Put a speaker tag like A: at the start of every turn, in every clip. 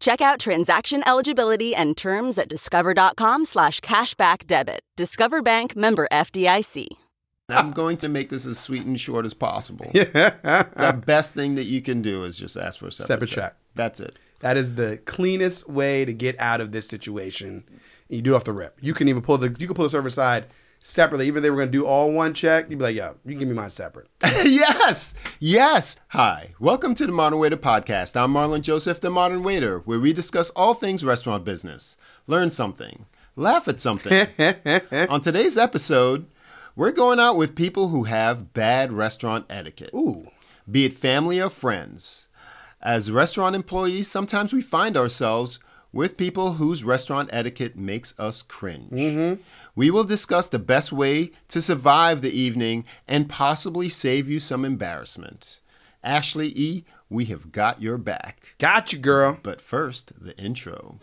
A: Check out transaction eligibility and terms at discover.com slash cashback debit. Discover Bank member FDIC.
B: I'm going to make this as sweet and short as possible.
C: Yeah.
B: The best thing that you can do is just ask for a separate,
C: Separate
B: check.
C: check.
B: That's it.
C: That is the cleanest way to get out of this situation. You do it off the rip. You can even pull the you can pull the server side separately. Even if they were gonna do all one check, you'd be like, yo, you can give me mine separate.
B: yes, yes. Hi, welcome to the Modern Waiter Podcast. I'm Marlon Joseph, the Modern Waiter, where we discuss all things restaurant business, learn something, laugh at something. On today's episode, we're going out with people who have bad restaurant etiquette.
C: Ooh.
B: be it family or friends. As restaurant employees, sometimes we find ourselves with people whose restaurant etiquette makes us cringe. We will discuss the best way to survive the evening and possibly save you some embarrassment. Ashley E., we have got your back.
C: Got you, girl.
B: But first, the intro.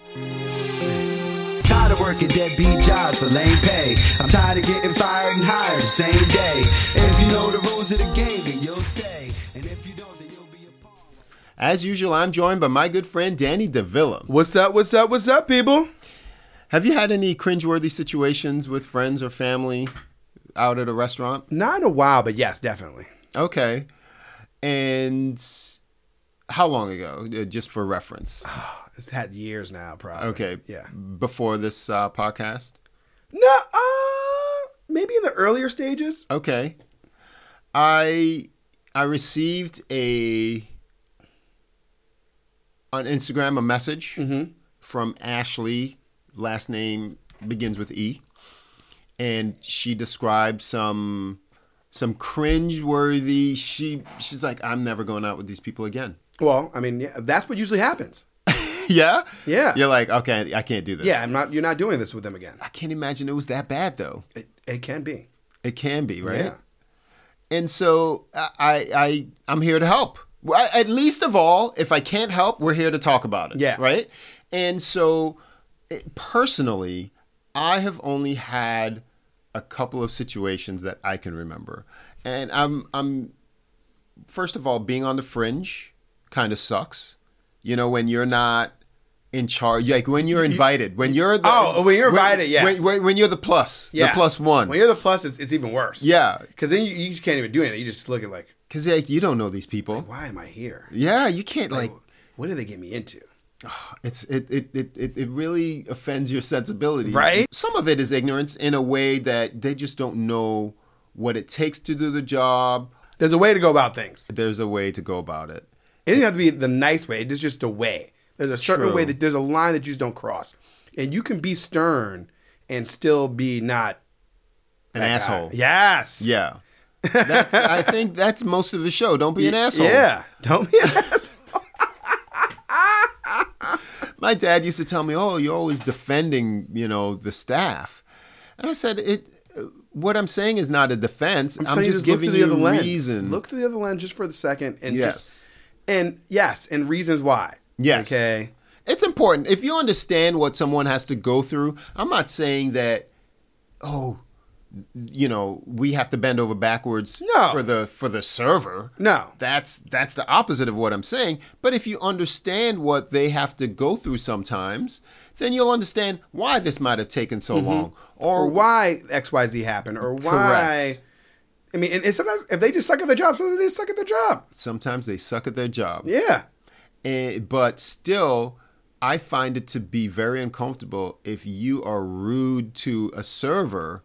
D: Tired of working deadbeat jobs for lame pay. I'm tired of getting fired and hired the same day. If you know the rules of the game, then you'll stay. And if you don't, then you'll be a part.
B: As usual, I'm joined by my good friend Danny DeVilla.
C: What's up, what's up, what's up, people?
B: Have you had any cringeworthy situations with friends or family out at a restaurant?
C: Not in a while, but yes, definitely.
B: Okay. And how long ago? Uh, Just for reference.
C: It's had years now, probably.
B: Okay.
C: Yeah.
B: Before this uh, podcast.
C: No, uh, maybe in the earlier stages.
B: Okay. I I received a on Instagram a message from Ashley, last name begins with E, and she described some some cringeworthy. She she's like, I'm never going out with these people again.
C: Well, I mean, yeah, that's what usually happens.
B: yeah,
C: Yeah.
B: You're like, okay, I can't do this.
C: Yeah, I'm not. You're not doing this with them again.
B: I can't imagine it was that bad though.
C: It, it can be.
B: It can be, right?
C: Yeah.
B: And so I, I, I- I'm here to help. Well, I- At least of all, if I can't help, we're here to talk about it.
C: Yeah.
B: Right. And so, it, personally, I have only had a couple of situations that I can remember, and I'm, I'm, first of all, being on the fringe kind of sucks. You know, when you're not in charge, like when you're invited, when you're the
C: Oh, when you're invited,
B: when,
C: yes.
B: when, when you're the plus,
C: Yes.
B: the plus one,
C: When you're the plus, it's, it's even worse.
B: yeah,
C: Because then you, you just can't even do anything. You just look at like,
B: because like you don't know these people.
C: why am I here?
B: Yeah, you can't like
C: What did they get me into?
B: it's it it, it it it really offends your sensibilities.
C: Right?
B: Some of it is ignorance in a way that they just don't know what it takes to do the job.
C: There's a way to go about things.
B: There's a way to go about it.
C: It doesn't have to be the nice way. It's just a way. There's a certain
B: True.
C: way that there's a line that you just don't cross, and you can be stern and still be not
B: An
C: that guy.
B: asshole.
C: Yes.
B: Yeah. That's, I think that's most of the show. Don't be an asshole.
C: Yeah. Don't be an asshole.
B: My dad used to tell me, "Oh, you're always defending, you know, the staff," and I said, "It." What I'm saying is not a defense. I'm,
C: telling you,
B: just,
C: look
B: giving
C: through
B: you
C: the other lens.
B: reason.
C: Look through the other lens just for the second, and
B: Yes.
C: just and yes, and reasons why.
B: Yes.
C: Okay.
B: it's important if you understand what someone has to go through i'm not saying that oh you know we have to bend over backwards
C: No.
B: for the for the server
C: No.
B: that's that's the opposite of what i'm saying but if you understand what they have to go through sometimes then you'll understand why this might have taken so long or,
C: Mm-hmm. or why XYZ happened, or why.
B: Correct.
C: I mean, and, and sometimes if they just suck at their job, sometimes they just suck at their job.
B: sometimes they suck at their job
C: Yeah.
B: and, Eh, but still i find it to be very uncomfortable if you are rude to a server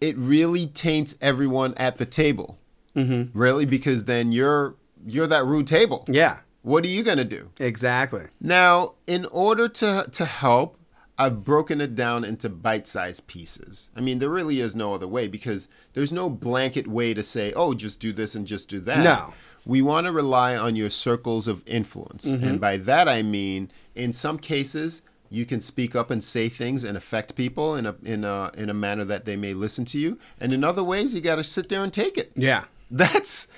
B: it really taints everyone at the table. Mm-hmm. Really, because then you're you're that rude table.
C: Yeah,
B: What are you gonna do?
C: exactly.
B: Now, in order to to help, I've broken it down into bite-sized pieces. I mean, there really is no other way because there's no blanket way to say, "Oh, just do this and just do that."
C: No.
B: We want to rely on your circles of influence.
C: Mm-hmm.
B: And by that I mean, in some cases, you can speak up and say things and affect people in a in a in a manner that they may listen to you. And in other ways, you got to sit there and take it.
C: Yeah.
B: That's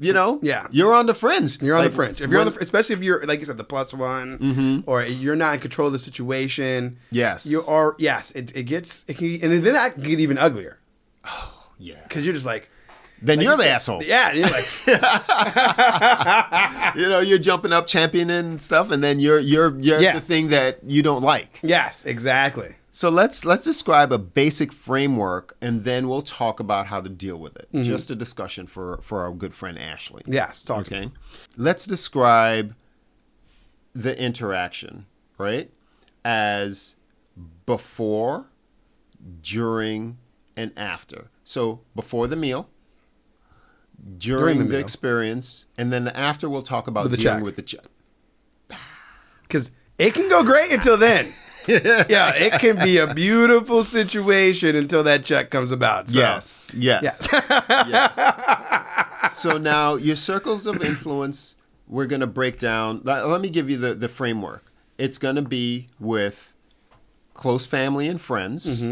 B: you know,
C: Yeah.
B: you're on the fringe.
C: You're on
B: Like,
C: the fringe. If you're on the,
B: when-
C: fr- especially if you're like you said, the plus one, or you're not in control of the situation.
B: Yes.
C: you are. Yes, it, it gets it can, and then that can get even uglier
B: yeah.
C: because you're just like,
B: then
C: like
B: you're
C: you
B: the
C: said-
B: asshole.
C: Yeah, and you're like,
B: You know, you're jumping up, championing and stuff, and then you're you're you're
C: Yeah.
B: the thing that you don't like.
C: yes, exactly.
B: So let's let's describe a basic framework, and then we'll talk about how to deal with
C: Mm-hmm.
B: it. Just a discussion for for our good friend Ashley.
C: Yes, talk to me.
B: Okay. Let's describe the interaction, right? As before, during, and after. So before the meal, during,
C: the
B: the,
C: meal.
B: experience, and then after we'll talk about
C: With the
B: dealing
C: check.
B: with the check.
C: because it can go great until then. yeah, it can be a beautiful situation until that check comes about. So.
B: Yes. Yes. Yes. So now your circles of influence, we're going to break down. Let, let me give you the, the framework. It's going to be with close family and friends.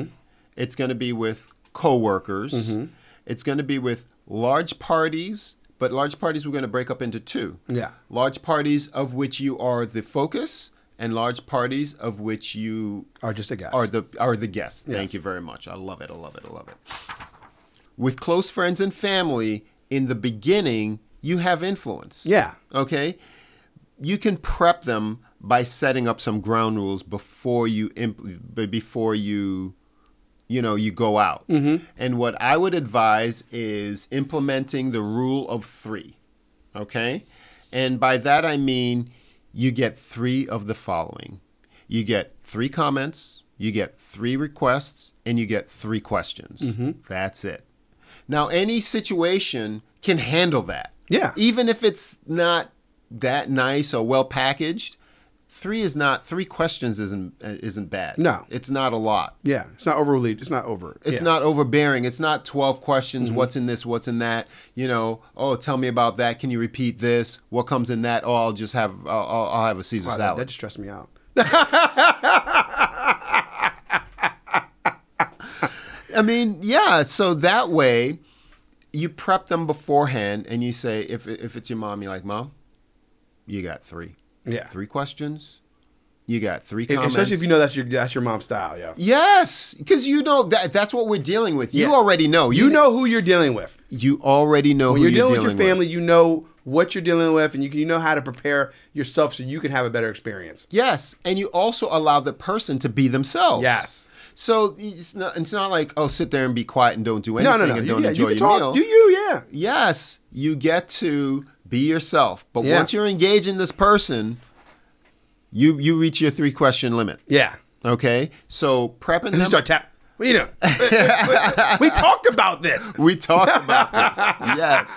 B: It's going to be with coworkers. It's going to be with large parties, but large parties we're going to break up into two.
C: Yeah.
B: Large parties of which you are the focus and large parties of which you
C: Or just a guest.
B: are the are the guests. Thank you very much. I love it. I love it. I love it. With close friends and family in the beginning, you have influence.
C: Yeah.
B: Okay. You can prep them by setting up some ground rules before you imp- b- before you you know you go out.
C: Mm-hmm.
B: And what I would advise is implementing the rule of 3. Okay? And by that I mean you get 3 of the following. You get 3 comments, you get 3 requests, and you get 3 questions.
C: Mm-hmm.
B: That's it. Now any situation can handle that.
C: Yeah.
B: Even if it's not that nice or well packaged, 3 is not 3 questions isn't isn't bad.
C: No.
B: It's not a lot.
C: yeah, it's not overly. It's not over.
B: It's
C: yeah. Mm-hmm.
B: not overbearing. It's not 12 questions. What's in this? What's in that? You know, oh, tell me about that. Can you repeat this? What comes in that? Oh, I'll just have, I'll, I'll- I'll have a Caesar
C: Wow, that,
B: salad.
C: that just stressed me out.
B: I mean, yeah. So that way, you prep them beforehand, and you say, if if it's your mom, you're like, mom, you got three,
C: Yeah.
B: three questions. You got three
C: If-
B: comments.
C: Especially if you know that's your that's your mom's style, yeah.
B: Yes, because you know that that's what we're dealing with. You
C: Yeah.
B: already know.
C: You know who you're dealing with.
B: You already know
C: When
B: who
C: you're dealing, with your
B: with.
C: family, you know what you're dealing with, and you can, you know how to prepare yourself so you can have a better experience.
B: Yes, and you also allow the person to be themselves.
C: Yes.
B: So it's not, it's not like oh, sit there and be quiet and don't do
C: No,
B: anything
C: no, no.
B: and
C: You,
B: don't
C: yeah,
B: enjoy
C: you can
B: your
C: talk.
B: meal.
C: Do you? Yeah.
B: yes, you get to be yourself, but
C: Yeah.
B: once you're engaging this person, you you reach your three question limit.
C: Yeah.
B: Okay, so prepping
C: You
B: them.
C: start tap. What you doing? we talked about this.
B: we talk about this. Yes.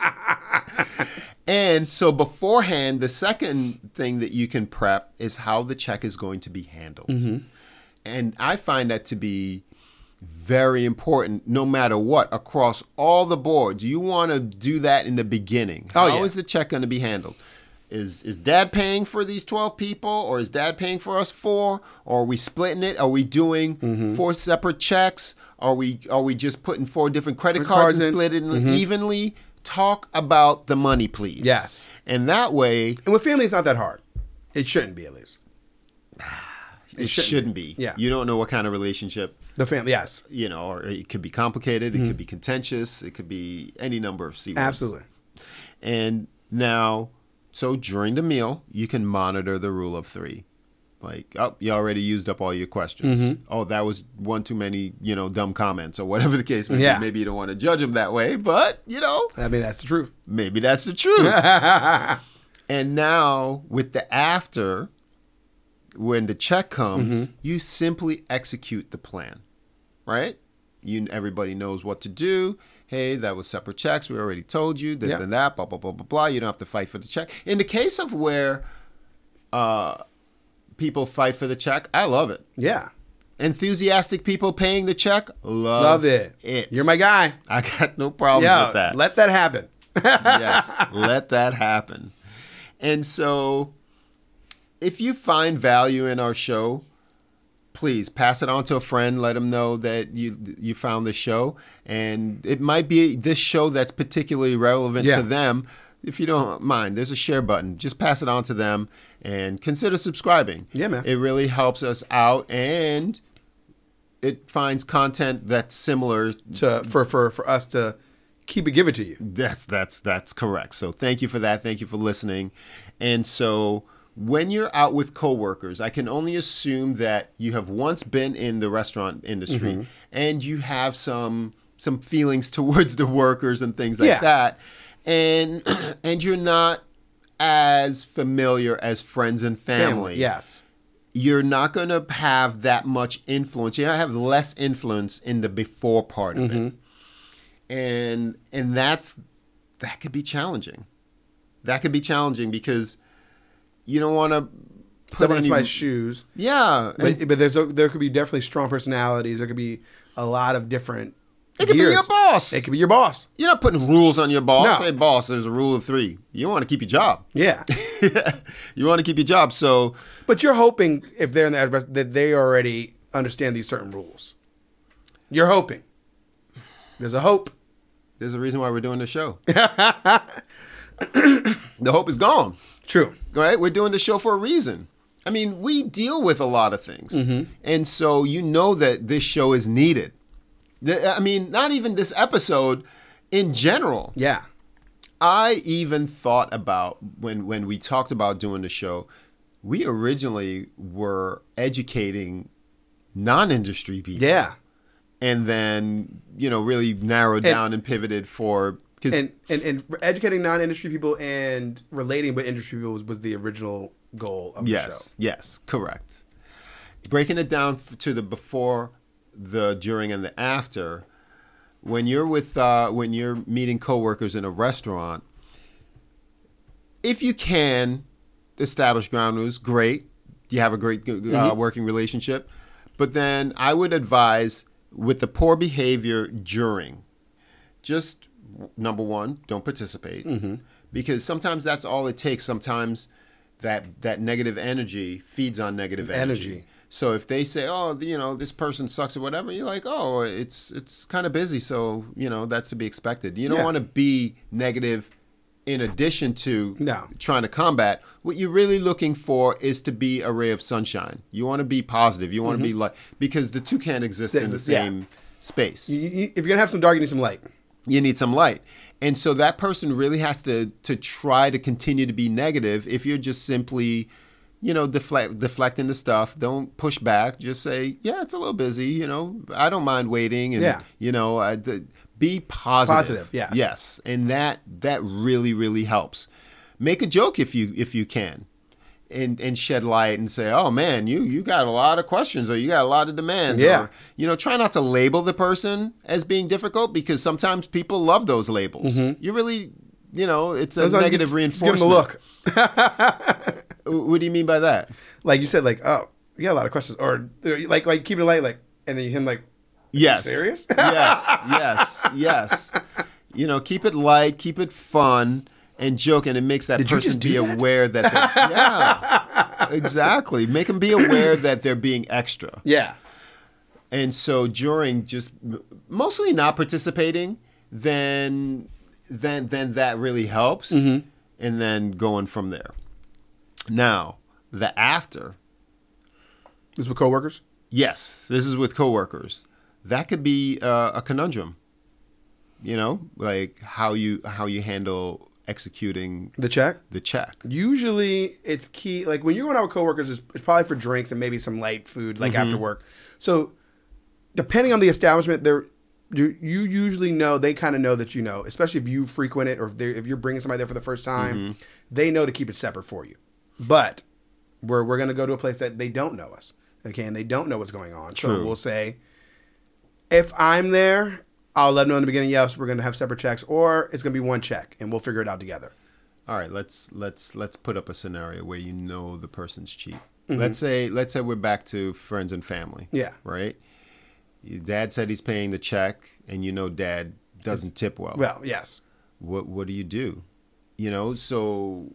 B: And so beforehand, the second thing that you can prep is how the check is going to be handled. And I find that to be very important no matter what across all the boards. You want to do that in the beginning. How is
C: yeah.
B: the check going to be handled? Is is dad paying for these 12 people or is dad paying for us four or are we splitting it? Are we doing four separate checks? Are we are we just putting four different credit
C: cards Mm-hmm.
B: cards,
C: in.
B: and split it evenly? Talk about the money, please.
C: Yes.
B: And that way
C: And with family, it's not that hard. It shouldn't be at least.
B: it, shouldn't, be.
C: Yeah.
B: You don't know what kind of relationship
C: The family, yes,
B: you know, or it could be complicated, it could be contentious, it could be any number of C words.
C: Mm-hmm. absolutely.
B: And now, so during the meal, you can monitor the rule of three. Like, oh, you already used up all your questions.
C: Mm-hmm.
B: Oh, that was one too many, you know, dumb comments or whatever the case may
C: Yeah.
B: be. Maybe you don't want to judge them that way, but, you know,
C: I mean, that's the truth.
B: maybe that's the truth. and now, with the after,
C: Mm-hmm.
B: when the check comes, you simply execute the plan, right? you everybody knows what to do. Hey, that was separate checks. We already told you. This
C: Yeah.
B: and that. Blah blah blah blah blah. You don't have to fight for the check. In the case of where uh, people fight for the check, I love it.
C: Yeah.
B: Enthusiastic people paying the check, love,
C: Love it.
B: It.
C: You're my guy.
B: I got no problems
C: Yeah.
B: with that.
C: Let that happen.
B: yes, let that happen. And so, if you find value in our show, please pass it on to a friend. Let them know that you you found the show, and it might be this show that's particularly relevant
C: Yeah.
B: to them. If you don't mind, there's a share button. Just pass it on to them and consider subscribing.
C: Yeah, man.
B: It really helps us out and it finds content that's similar
C: to for for for us to keep it give it to you.
B: That's that's that's correct. So thank you for that. Thank you for listening. And so when you're out with coworkers, I can only assume that you have once been in the restaurant industry and you have some some feelings towards the workers and things like
C: Yeah.
B: that. And and you're not as familiar as friends and family
C: Yes.
B: you're not going to have that much influence. You're going to have less influence in the before part of it.
C: Mm-hmm.
B: And and that's that could be challenging. That could be challenging because you don't want to
C: Step into my shoes.
B: Yeah. and
C: But, but there's a, there could be definitely strong personalities. There could be a lot of different.
B: It could be your boss.
C: It could be your boss.
B: you're not putting rules on your boss.
C: No.
B: Hey boss, there's a rule of 3. You want to keep your job.
C: Yeah.
B: you want to keep your job. So
C: but you're hoping if they're in the address that they already understand these certain rules. You're hoping. There's a hope.
B: there's a reason why we're doing this show. the hope is gone.
C: True.
B: right? We're doing the show for a reason. I mean, we deal with a lot of things.
C: Mm-hmm.
B: And so you know that this show is needed. The, I mean, not even this episode in general.
C: Yeah.
B: I even thought about when when we talked about doing the show, we originally were educating non-industry people.
C: Yeah.
B: And then, you know, really narrowed down and pivoted for cuz
C: And and and educating non-industry people and relating with industry people was, was the original goal of the show.
B: Yes, yes, correct. Breaking it down f- to the before, the during, and the after. When you're with uh, when you're meeting coworkers in a restaurant, if you can establish ground rules, great. You have a great uh, working relationship. But then I would advise with the poor behavior during, just w- number one, don't participate because sometimes that's all it takes. Sometimes that that negative energy feeds on negative energy.
C: Energy.
B: So if they say, "Oh, you know, this person sucks" or whatever, you're like, "Oh, it's it's kind of busy, so you know that's to be expected." You don't
C: Yeah.
B: want to be negative in addition to
C: No.
B: trying to combat, what you're really looking for is to be a ray of sunshine. You want to be positive. You want to be like because the two can't exist in the
C: This is- Mm-hmm. yeah.
B: same space.
C: You- you- if you're gonna have some dark, you need some light.
B: You need some light, and so that person really has to to try to continue to be negative. If you're just simply, you know, deflect deflecting the stuff, don't push back. Just say, yeah, it's a little busy. You know, I don't mind waiting, and
C: Yeah.
B: you know, I, the, be positive.
C: Positive, yes.
B: Yes yes and that that really really helps make a joke if you if you can and and shed light and say oh man you you got a lot of questions or you got a lot of demands
C: Yeah.
B: or, you know try not to label the person as being difficult because sometimes people love those labels you really you know it's a
C: As long as Mm-hmm. you
B: negative
C: just- just
B: reinforcement
C: Give them a look.
B: W- what do you mean by that
C: Like you said, like oh, you got a lot of questions, or like like keeping it light, like, and then him like,
B: Yes.
C: serious?
B: yes, yes, yes. You know, keep it light, keep it fun, and joke, and it makes that
C: you
B: person
C: just do
B: be
C: that?
B: aware that. They're, yeah, exactly. Make them be aware that they're being extra.
C: yeah,
B: And so during just m- mostly not participating, then then then that really helps,
C: Mm-hmm.
B: and then going from there. Now the after
C: this with coworkers.
B: Yes, this is with coworkers. That could be uh, a conundrum. You know, like how you how you handle executing
C: The check.
B: the check.
C: Usually, it's key. Like when you're going out with coworkers, it's, it's probably for drinks and maybe some light food, like after work. So, depending on the establishment, there you, you usually know they kind of know that you know, especially if you frequent it or if, they- if you're bringing somebody there for the first time, they know to keep it separate for you. But we're we're gonna go to a place that they don't know us, okay, and they don't know what's going on. So
B: True.
C: we'll say, If I'm there, I'll let them know in the beginning. Yes, we're gonna have separate checks, or it's gonna be one check, and we'll figure it out together.
B: All right, let's let's let's put up a scenario where you know the person's cheap. Let's say let's say we're back to friends and family.
C: Yeah.
B: Right. Your dad said he's paying the check, and you know dad doesn't tip well.
C: Well, yes.
B: What what do you do? You know, so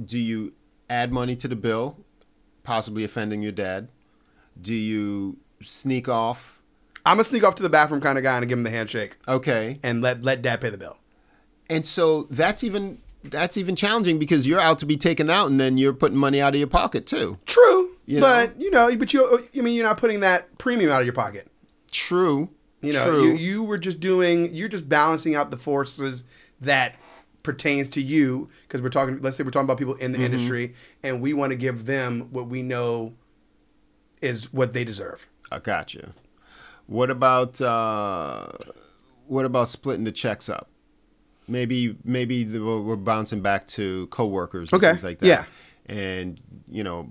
B: do you add money to the bill, possibly offending your dad? Do you sneak off?
C: I'm gonna sneak off to the bathroom kind of guy and give him the handshake uh,
B: Okay.
C: and let let dad pay the bill.
B: And so that's even that's even challenging because you're out to be taken out, and then you're putting money out of your pocket too.
C: True,
B: You
C: but you know, but you, uh, I mean, you're not putting that premium out of your pocket.
B: True.
C: You know,
B: True.
C: you you were just doing, you're just balancing out the forces that pertains to you because we're talking. Let's say we're talking about people in the industry, and we want to give them what we know is what they deserve.
B: I got you. What about uh, what about splitting the checks up? Maybe maybe the, we're we're bouncing back to coworkers and
C: Okay,
B: things like that.
C: yeah.
B: And you know,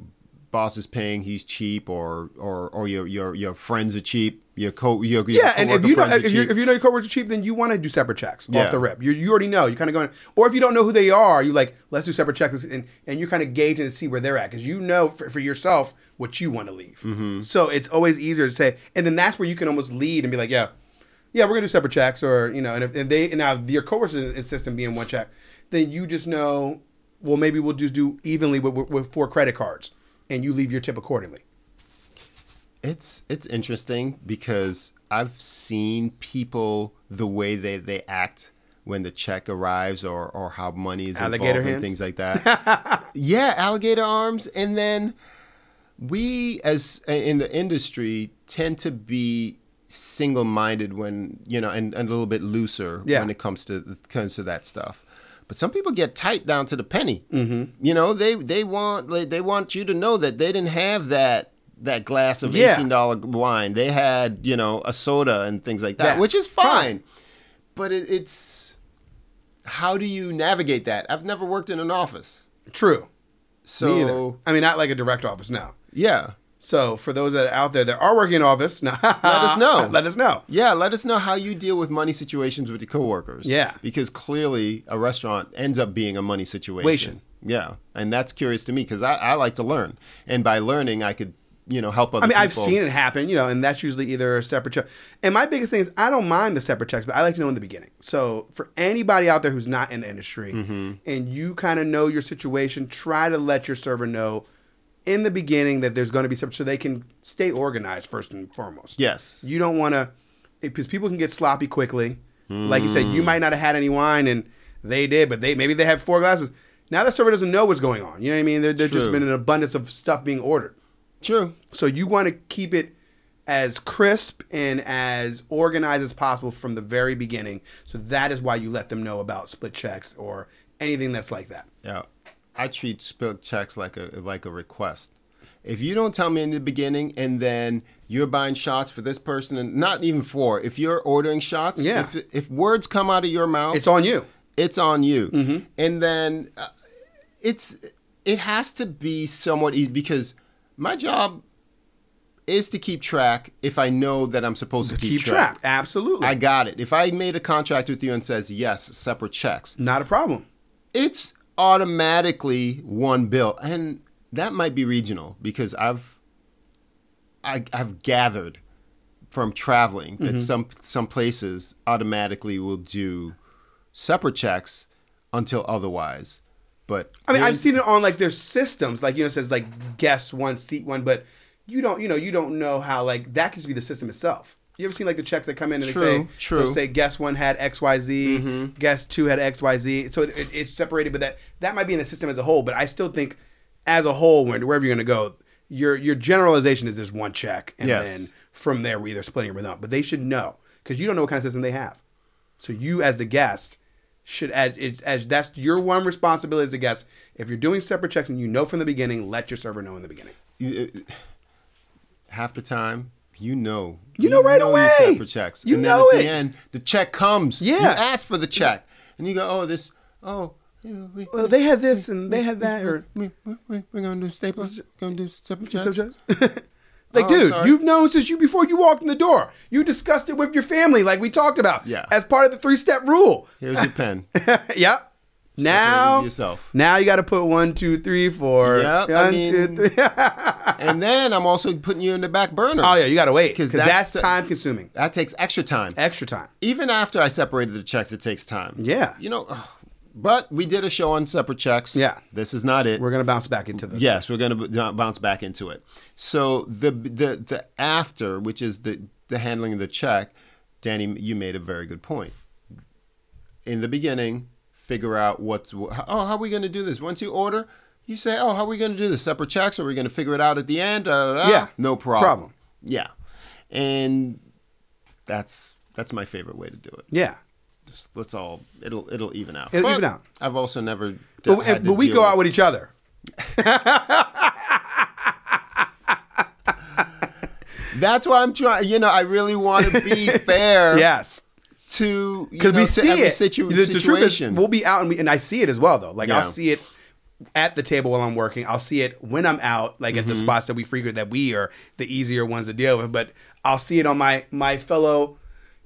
B: boss is paying, he's cheap, or or or your your your friends are cheap. Your co your, your
C: Yeah, and if
B: coworker
C: you know
B: friends are
C: if, you
B: cheap.
C: if you know your coworkers are cheap, then you want to do separate checks
B: Yeah.
C: off the rip. You, you already know. You kind of going, or if you don't know who they are, you like let's do separate checks, and and you kind of gauge and see where they're at because you know for, for yourself what you want to leave.
B: Mm-hmm.
C: So it's always easier to say, and then that's where you can almost lead and be like, yeah, yeah, we're gonna do separate checks, or you know, and if and they and now if your coworkers insist on being one check, then you just know, well, maybe we'll just do evenly with, with, with four credit cards, and you leave your tip accordingly.
B: It's it's interesting because I've seen people the way they, they act when the check arrives or, or how money is
C: Alligator
B: involved
C: hands?
B: and things like that. yeah, alligator arms, and then we as in the industry tend to be single minded when you know and, and a little bit looser
C: Yeah.
B: when it comes to comes to that stuff. But some people get tight down to the penny. Mm-hmm. You know, they they want like, they want you to know that they didn't have that that glass of
C: Yeah.
B: eighteen dollar wine. They had you know a soda and things like that,
C: Yeah.
B: which is
C: Fine.
B: fine. But it, it's how do you navigate that? I've never worked in an office,
C: True.
B: so
C: Me either. I mean, not like a direct office now.
B: yeah.
C: So for those that are out there that are working in office, let us
B: know.
C: Uh, Let us know.
B: Yeah, let us know how you deal with money situations with your coworkers.
C: Yeah.
B: Because clearly a restaurant ends up being a money situation.
C: Wation.
B: Yeah. And that's curious to me because I, I like to learn. And by learning, I could, you know, help other
C: I mean,
B: people.
C: I've seen it happen, you know, and that's usually either a separate check. And my biggest thing is I don't mind the separate checks, but I like to know in the beginning. So for anybody out there who's not in the industry and you kind of know your situation, try to let your server know in the beginning that there's going to be separate, so they can stay organized first and foremost.
B: Yes.
C: You don't want to, because people can get sloppy quickly. Like you said, you might not have had any wine, and they did, but they maybe they had four glasses. Now the server doesn't know what's going on. You know what I mean? There, there's just
B: True.
C: been an abundance of stuff being ordered,
B: True.
C: so you want to keep it as crisp and as organized as possible from the very beginning. So that is why you let them know about split checks or anything that's like that.
B: Yeah. I treat spilled checks like a like a request. If you don't tell me in the beginning and then you're buying shots for this person and not even for, if you're ordering shots,
C: Yeah.
B: if, if words come out of your mouth,
C: It's Mm-hmm. on you.
B: it's on you. And then uh, it's it has to be somewhat easy because my job is to keep track if I know that I'm supposed to,
C: Keep track. Absolutely.
B: I got it. If I made a contract with you and says yes, separate checks,
C: Not a problem.
B: it's automatically one bill, and that might be regional because I've I, I've gathered from traveling
C: Mm-hmm.
B: that some some places automatically will do separate checks until otherwise. But
C: I mean, I've seen it on like their systems, like you know, it says like guest one, seat one, but you don't, you know, you don't know how like that could just be the system itself. You ever seen like the checks that come in and
B: True,
C: they say,
B: true.
C: they'll say guest one had X Y Z, guest two had X Y Z, so it, it, it's separated. But that that might be in the system as a whole. But I still think, as a whole, when wherever you're gonna go, your your generalization is there's one check, and
B: Yes.
C: then from there we're either splitting or we're not. But they should know because you don't know what kind of system they have. So you, as the guest, should as it's as that's your one responsibility as a guest. If you're doing separate checks and you know from the beginning, let your server know in the beginning.
B: uh, half the time, you know,
C: You know right away.
B: You separate checks.
C: You
B: and
C: know
B: then at
C: it.
B: The end, the check comes.
C: Yeah.
B: you ask for the check, and you go, oh, this, oh. yeah, we-
C: Well, they had this and they had that, or
B: we, we, we, we're gonna do staples. Gonna do separate checks.
C: Separate checks? Like,
B: Oh,
C: dude,
B: sorry.
C: you've known since you before you walked in the door. You discussed it with your family, like we talked about,
B: Yeah.
C: as part of the three step rule.
B: Here's your pen.
C: yep. Now,
B: yourself.
C: now you got to put one, two, three, four.
B: Yep, I
C: One,
B: mean-
C: two, three.
B: and then I'm also putting you in the back burner.
C: oh yeah, you got to wait
B: 'Cause
C: because
B: that's
C: that's,
B: the-
C: time Eh. consuming,
B: That takes extra time.
C: extra time.
B: Even after I separated the checks, it takes time.
C: Yeah.
B: You know, ugh. but we did a show on separate checks.
C: Yeah.
B: This is not it.
C: We're gonna bounce back into the
B: Yes, we're going to bounce back into it. So the the the after, which is the the handling of the check, Danny, you made a very good point. In the beginning, figure out what's oh how are we going to do this? Once you order, you say oh how are we going to do this? Separate checks? Are we going to figure it out at the end? Da, da, da.
C: Yeah.
B: no problem.
C: Problem.
B: Yeah, and that's that's my favorite way to do it.
C: yeah.
B: Just let's all it'll it'll even out.
C: It'll
B: But
C: even out.
B: I've also never. d-
C: But,
B: had to
C: but we
B: deal
C: go out with each other.
B: That's why I'm trying. You know, I really want to be fair.
C: Yes.
B: To you
C: because
B: know,
C: we
B: to
C: see
B: every
C: it.
B: situ-
C: the, the truth is,
B: situation.
C: we'll be out and we, and I see it as well though. Like
B: Yeah.
C: I'll see it at the table while I'm working. I'll see it when I'm out, like
B: Mm-hmm.
C: at the spots that we frequent that we are the easier ones to deal with. But I'll see it on my my fellow,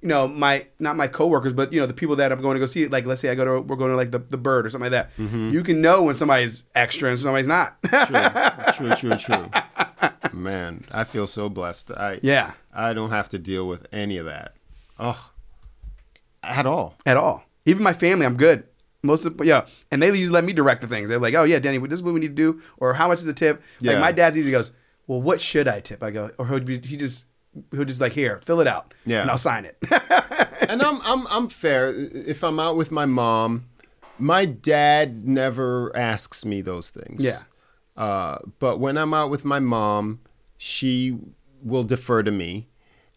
C: you know, my not my coworkers, but you know the people that I'm going to go see. Like let's say I go to we're going to like the, the bird or something like that.
B: Mm-hmm.
C: You can know when somebody's extra and somebody's not.
B: true, true, true. Man, I feel so blessed. I
C: Yeah.
B: I don't have to deal with any of that. Oh, at all.
C: at all. Even my family, I'm good. Most of yeah, and they usually let me direct the things. They're like, "Oh yeah, Danny, this is what we need to do," or "How much is the tip?"
B: Yeah.
C: Like my dad's easy. He Goes, "Well, what should I tip?" I go, or he'll be, he just he'll just like, "Here, fill it out,"
B: Yeah.
C: and I'll sign it.
B: and I'm I'm I'm fair. If I'm out with my mom, my dad never asks me those things.
C: Yeah.
B: Uh, but when I'm out with my mom, she will defer to me,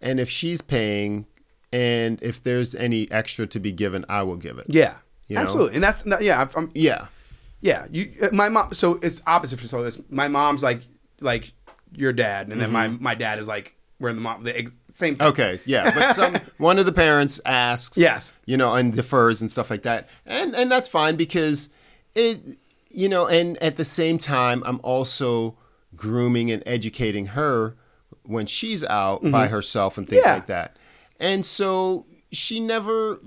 B: and if she's paying, and if there's any extra to be given, I will give it.
C: yeah,
B: You know?
C: absolutely. And that's not, yeah, I'm,
B: Yeah.
C: Yeah, you. uh, My mom. So it's opposite for so it's my mom's like like your dad, and then my
B: Mm-hmm.
C: my dad is like we're in the mom the ex, same. Thing.
B: Okay. Yeah. But some one of the parents asks.
C: Yes.
B: You know, and defers and stuff like that, and and that's fine because it, you know, and at the same time, I'm also grooming and educating her when she's out by herself and things
C: Mm-hmm. Yeah.
B: like that, and so she never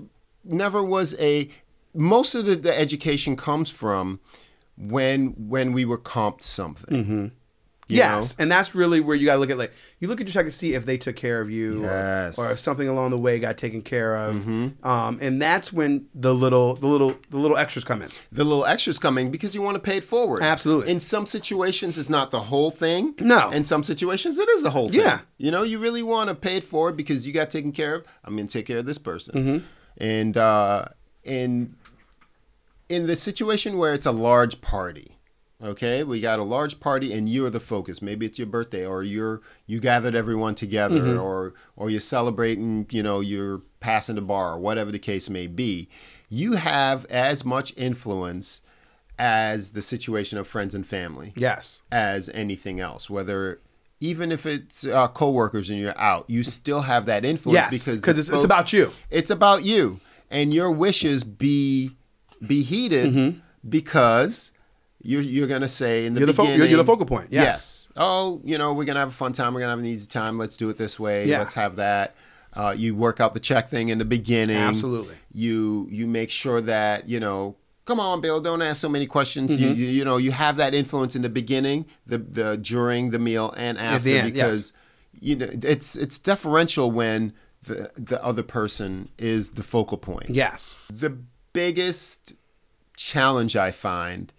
B: never was a. Most of the, the education comes from when when we were comped something. you
C: Mm-hmm. yes,
B: know?
C: and that's really where you gotta look at like you look at your check and see if they took care of you, or-
B: Yes. Mm-hmm.
C: or, if something along the way got taken care of, um, and that's when the little the little the little extras come in.
B: the little extras coming because you want to pay it forward.
C: Absolutely.
B: In some situations, it's not the whole thing.
C: No.
B: In some situations, it is the whole thing.
C: Yeah.
B: You know, you really want to pay it forward because you got taken care of. I'm going to take care of this person.
C: Mm-hmm.
B: And uh, in in the situation where it's a large party, okay, we got a large party and you're the focus. Maybe it's your birthday or you're you gathered everyone together
C: Mm-hmm.
B: or or you're celebrating, you know, you're passing the bar or whatever the case may be. You have as much influence as the situation of friends and family
C: Yes,
B: as anything else. Whether even if it's uh, coworkers and you're out, you still have that influence
C: yes,
B: because
C: because
B: the
C: it's, it's
B: folk-
C: about you.
B: It's about you and your wishes be be heeded because you're you're gonna say in the
C: Mm-hmm. You're the fo-
B: beginning
C: you're- you're the focal point, yes.
B: Oh, you know, we're gonna have a fun time. We're gonna have an easy time. Let's do it this way.
C: Yeah.
B: Let's have that. Uh, you work out the check thing in the beginning.
C: Absolutely.
B: You you make sure that you know. Come on, Bill. Don't ask so many questions. You,
C: Mm-hmm.
B: you you know you have that influence in the beginning, the the during the meal and after
C: the end,
B: because
C: yes.
B: you know it's it's deferential when the the other person is the focal point.
C: Yes,
B: The biggest challenge I find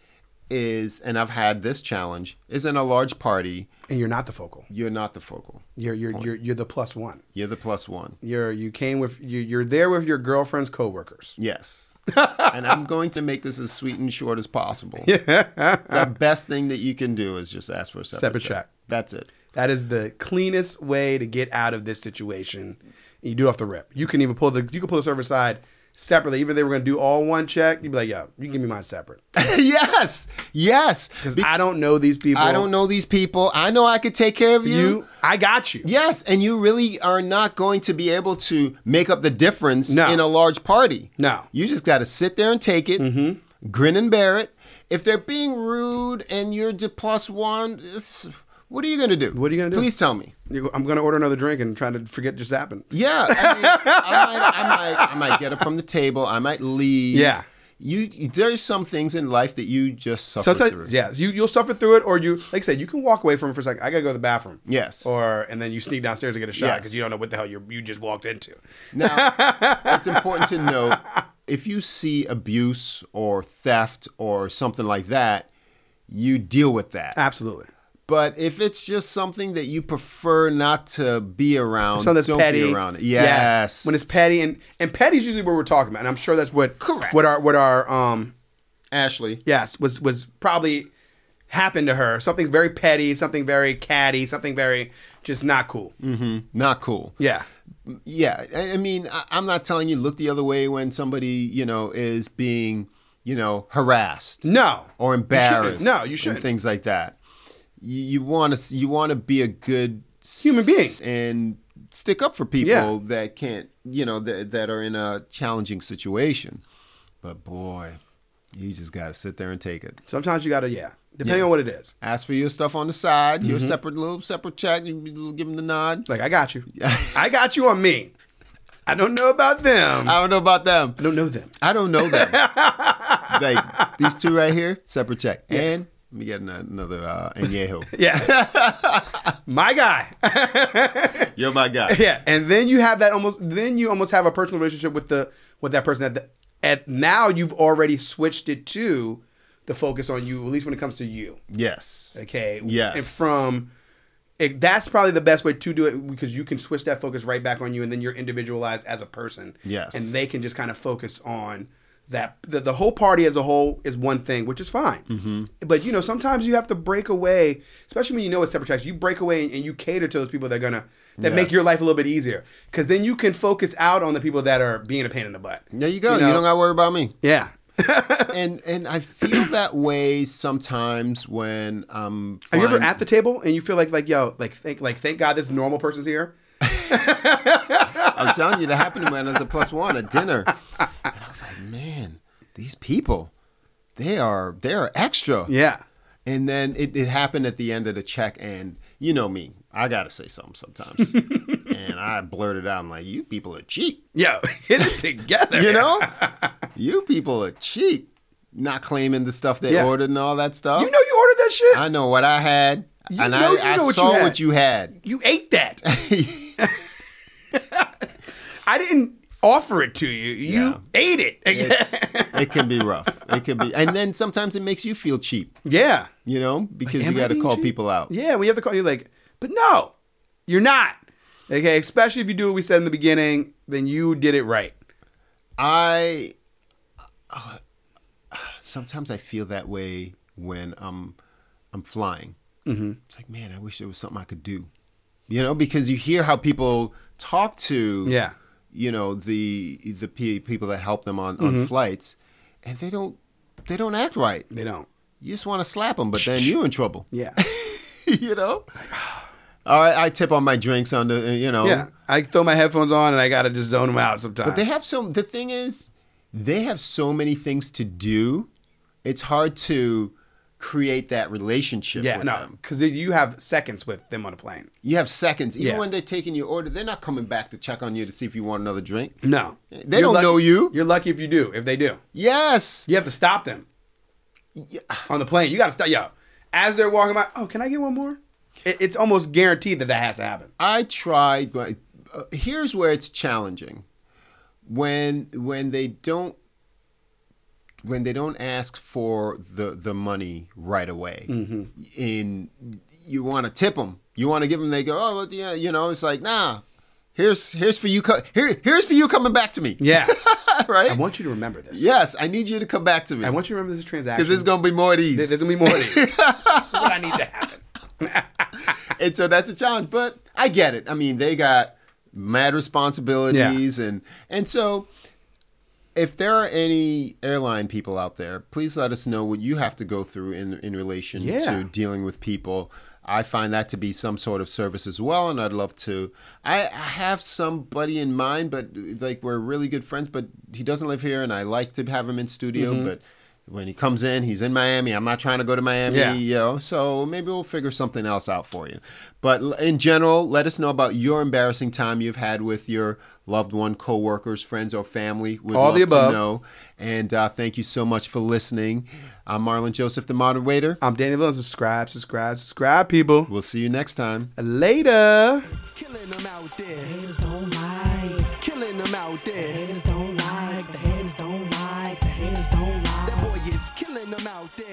B: is, and I've had this challenge, is in a large party,
C: and you're not the focal.
B: you're not the focal.
C: You're you're you're, you're the plus one.
B: You're the plus one.
C: You're you came with you you're there with your girlfriend's coworkers.
B: Yes. and I'm going to make this as sweet and short as possible. the best thing that you can do is just ask for a separate,
C: Separate check.
B: That's it.
C: That is the cleanest way to get out of this situation. You do it off the rip. You can even pull the you can pull the server side separately. Even if they were going to do all one check, you'd be like, "Yo, you can give me mine separate
B: yes. Yes.
C: because I don't know these people.
B: I don't know these people. I know I could take care of
C: you. I got you.
B: Yes, and you really are not going to be able to make up the difference
C: No.
B: in a large party.
C: No. Mm-hmm.
B: You just got to sit there and take it, grin and bear it. If they're being rude and you're the plus one, it's- What are you going to do?
C: What are you gonna do?
B: Please tell me.
C: You- I'm gonna order another drink and try to forget just happened.
B: Yeah, I, mean, I, might, I, might, I might get up from the table. I might leave.
C: Yeah.
B: you. you- There's some things in life that you just suffer through.
C: Sometimes, yes, you you'll suffer through it, or you like I said, you can walk away from it for a second. I gotta go to the bathroom.
B: Yes.
C: or and then you sneak downstairs and get a shot
B: Yes.
C: because you don't know what the hell you you just walked into.
B: Now, it's important to note if you see abuse or theft or something like that, you deal with that.
C: Absolutely,
B: But if it's just something that you prefer not to be around,
C: something that's
B: don't
C: petty.
B: be around it. Yes.
C: when it's petty and and petty's usually what we're talking about, and I'm sure that's what correct what our what our um
B: Ashley.
C: yes was was probably happened to her something very petty, something very catty, something very just not cool.
B: Mm-hmm. Not cool.
C: Yeah,
B: Yeah. I, I mean, I, I'm not telling you look the other way when somebody, you know, is being, you know, harassed.
C: no,
B: or embarrassed.
C: No, you
B: and
C: shouldn't.
B: Things like that. You, you want to you want to be a good s-
C: Human being.
B: and stick up for people
C: Yeah.
B: that can't, you know, that that are in a challenging situation. But boy, you just got to sit there and take it.
C: Sometimes you gotta yeah, depending on what it is.
B: Ask for your stuff on the side,
C: Mm-hmm.
B: your separate little separate check. You give them the nod.
C: Like I got you, I got you on me. I don't know about them.
B: I don't know about them.
C: I don't know them.
B: I don't know them. like these two right here, separate check. And let me get ano- another uh, añejo.
C: Yeah. My guy.
B: You're my guy.
C: yeah. And then you have that almost then you almost have a personal relationship with the with that person at the, at now you've already switched it to the focus on you, at least when it comes to you.
B: Yes.
C: Okay.
B: Yes.
C: And from it, that's probably the best way to do it because you can switch that focus right back on you and then you're individualized as a person.
B: Yes.
C: And they can just kind of focus on that. The, the whole party as a whole is one thing, which is fine. Mm-hmm. But, you know, sometimes you have to break away, especially when you know it's separate tracks, you break away and, and you cater to those people that are going to, that make
B: Yes.
C: your life a little bit easier. Because then you can focus out on the people that are being a pain in the butt.
B: There you go. You,
C: know?
B: don't got to worry about me.
C: Yeah.
B: And and I feel that way sometimes when I'm.
C: Are you ever
B: flying-
C: at the table and you feel like, like, yo, like, thank, like, thank God this normal person's here?
B: I'm telling you, that happened to me when I was a plus one at dinner. And I was like, man, these people, they are they are extra.
C: Yeah.
B: And then it, it happened at the end of the check, and you know me, I gotta say something sometimes. and I blurted out, I'm like, you people are cheap.
C: Yo, get it together.
B: You know, you people are cheap. Not claiming the stuff they
C: Yeah.
B: ordered and all that stuff.
C: You know you ordered that shit.
B: I know what I had,
C: You
B: and
C: know you
B: I, I
C: know what you
B: saw
C: had.
B: what you had.
C: you ate that. I didn't offer it to you. You ate it.
B: It's, it can be rough. It can be, and then sometimes it makes you feel cheap,
C: yeah.
B: you know, because
C: Am
B: you
C: I
B: got to
C: being
B: call
C: cheap?
B: people out.
C: Yeah, we have to call you like, but no, you're not. Okay, especially if you do what we said in the beginning, then you did it right.
B: I uh, sometimes I feel that way when I'm I'm flying.
C: Mm-hmm.
B: It's like, man, I wish there was something I could do, you know, because you hear how people talk to,
C: Yeah.
B: you know, the the pe- people that help them on
C: Mm-hmm.
B: on flights, and they don't they don't act right.
C: They don't.
B: You just want to slap them, but then you're in trouble.
C: Yeah.
B: you know. All right, I tip on my drinks on the, you know.
C: yeah. I throw my headphones on and I gotta just zone them out sometimes.
B: But they have so. The thing is, they have so many things to do. It's hard to create that relationship.
C: yeah,
B: with
C: no,
B: Them.
C: because you have seconds with them on a plane.
B: You have seconds. Even
C: Yeah.
B: when they're taking your order, they're not coming back to check on you to see if you want another drink.
C: No,
B: They don't know you.
C: You're lucky if you do. If they do,
B: Yes.
C: You have to stop them on the plane. You got to stop. Yo, as they're walking by, oh, can I get one more? It, it's almost guaranteed that that has to happen.
B: I tried, but uh, here's where it's challenging when when they don't when they don't ask for the the money right away.
C: Mm-hmm.
B: In you want to tip them, you want to give them. They go, oh, well, yeah, you know. It's like, nah. Here's here's for you. Co- here here's for you coming back to me.
C: Yeah,
B: right.
C: I want you to remember this.
B: yes, I need you to come back to me
C: I want you to remember this transaction
B: because there's gonna be more of these.
C: There- there's gonna be more. of these. this is what I need to happen.
B: and so that's a challenge. But I get it. I mean, they got mad responsibilities, and and so if there are any airline people out there, please let us know what you have to go through in in relation
C: Yeah.
B: to dealing with people. I find that to be some sort of service as well, and I'd love to. I I have somebody in
C: Mm-hmm.
B: mind, but like we're really good friends, but he doesn't live here, and I like to have him in studio, but. When he comes in, he's in Miami. I'm not trying to go to Miami,
C: Yeah.
B: you know. So maybe we'll figure something else out for you. But l- in general, let us know about your embarrassing time you've had with your loved one, coworkers, friends, or family. We'd
C: All the
B: love to
C: above.
B: know. And uh, thank you so much for listening. I'm Marlon Joseph, the Modern Waiter.
C: I'm Danny Villain. Subscribe, subscribe, subscribe, people.
B: We'll see you next time.
C: Later.
D: Killing them out there.
E: haters don't like.
D: Killing them out
E: The
D: there.
E: haters don't like. The haters don't like. The haters don't like.
D: That boy is killing them out there.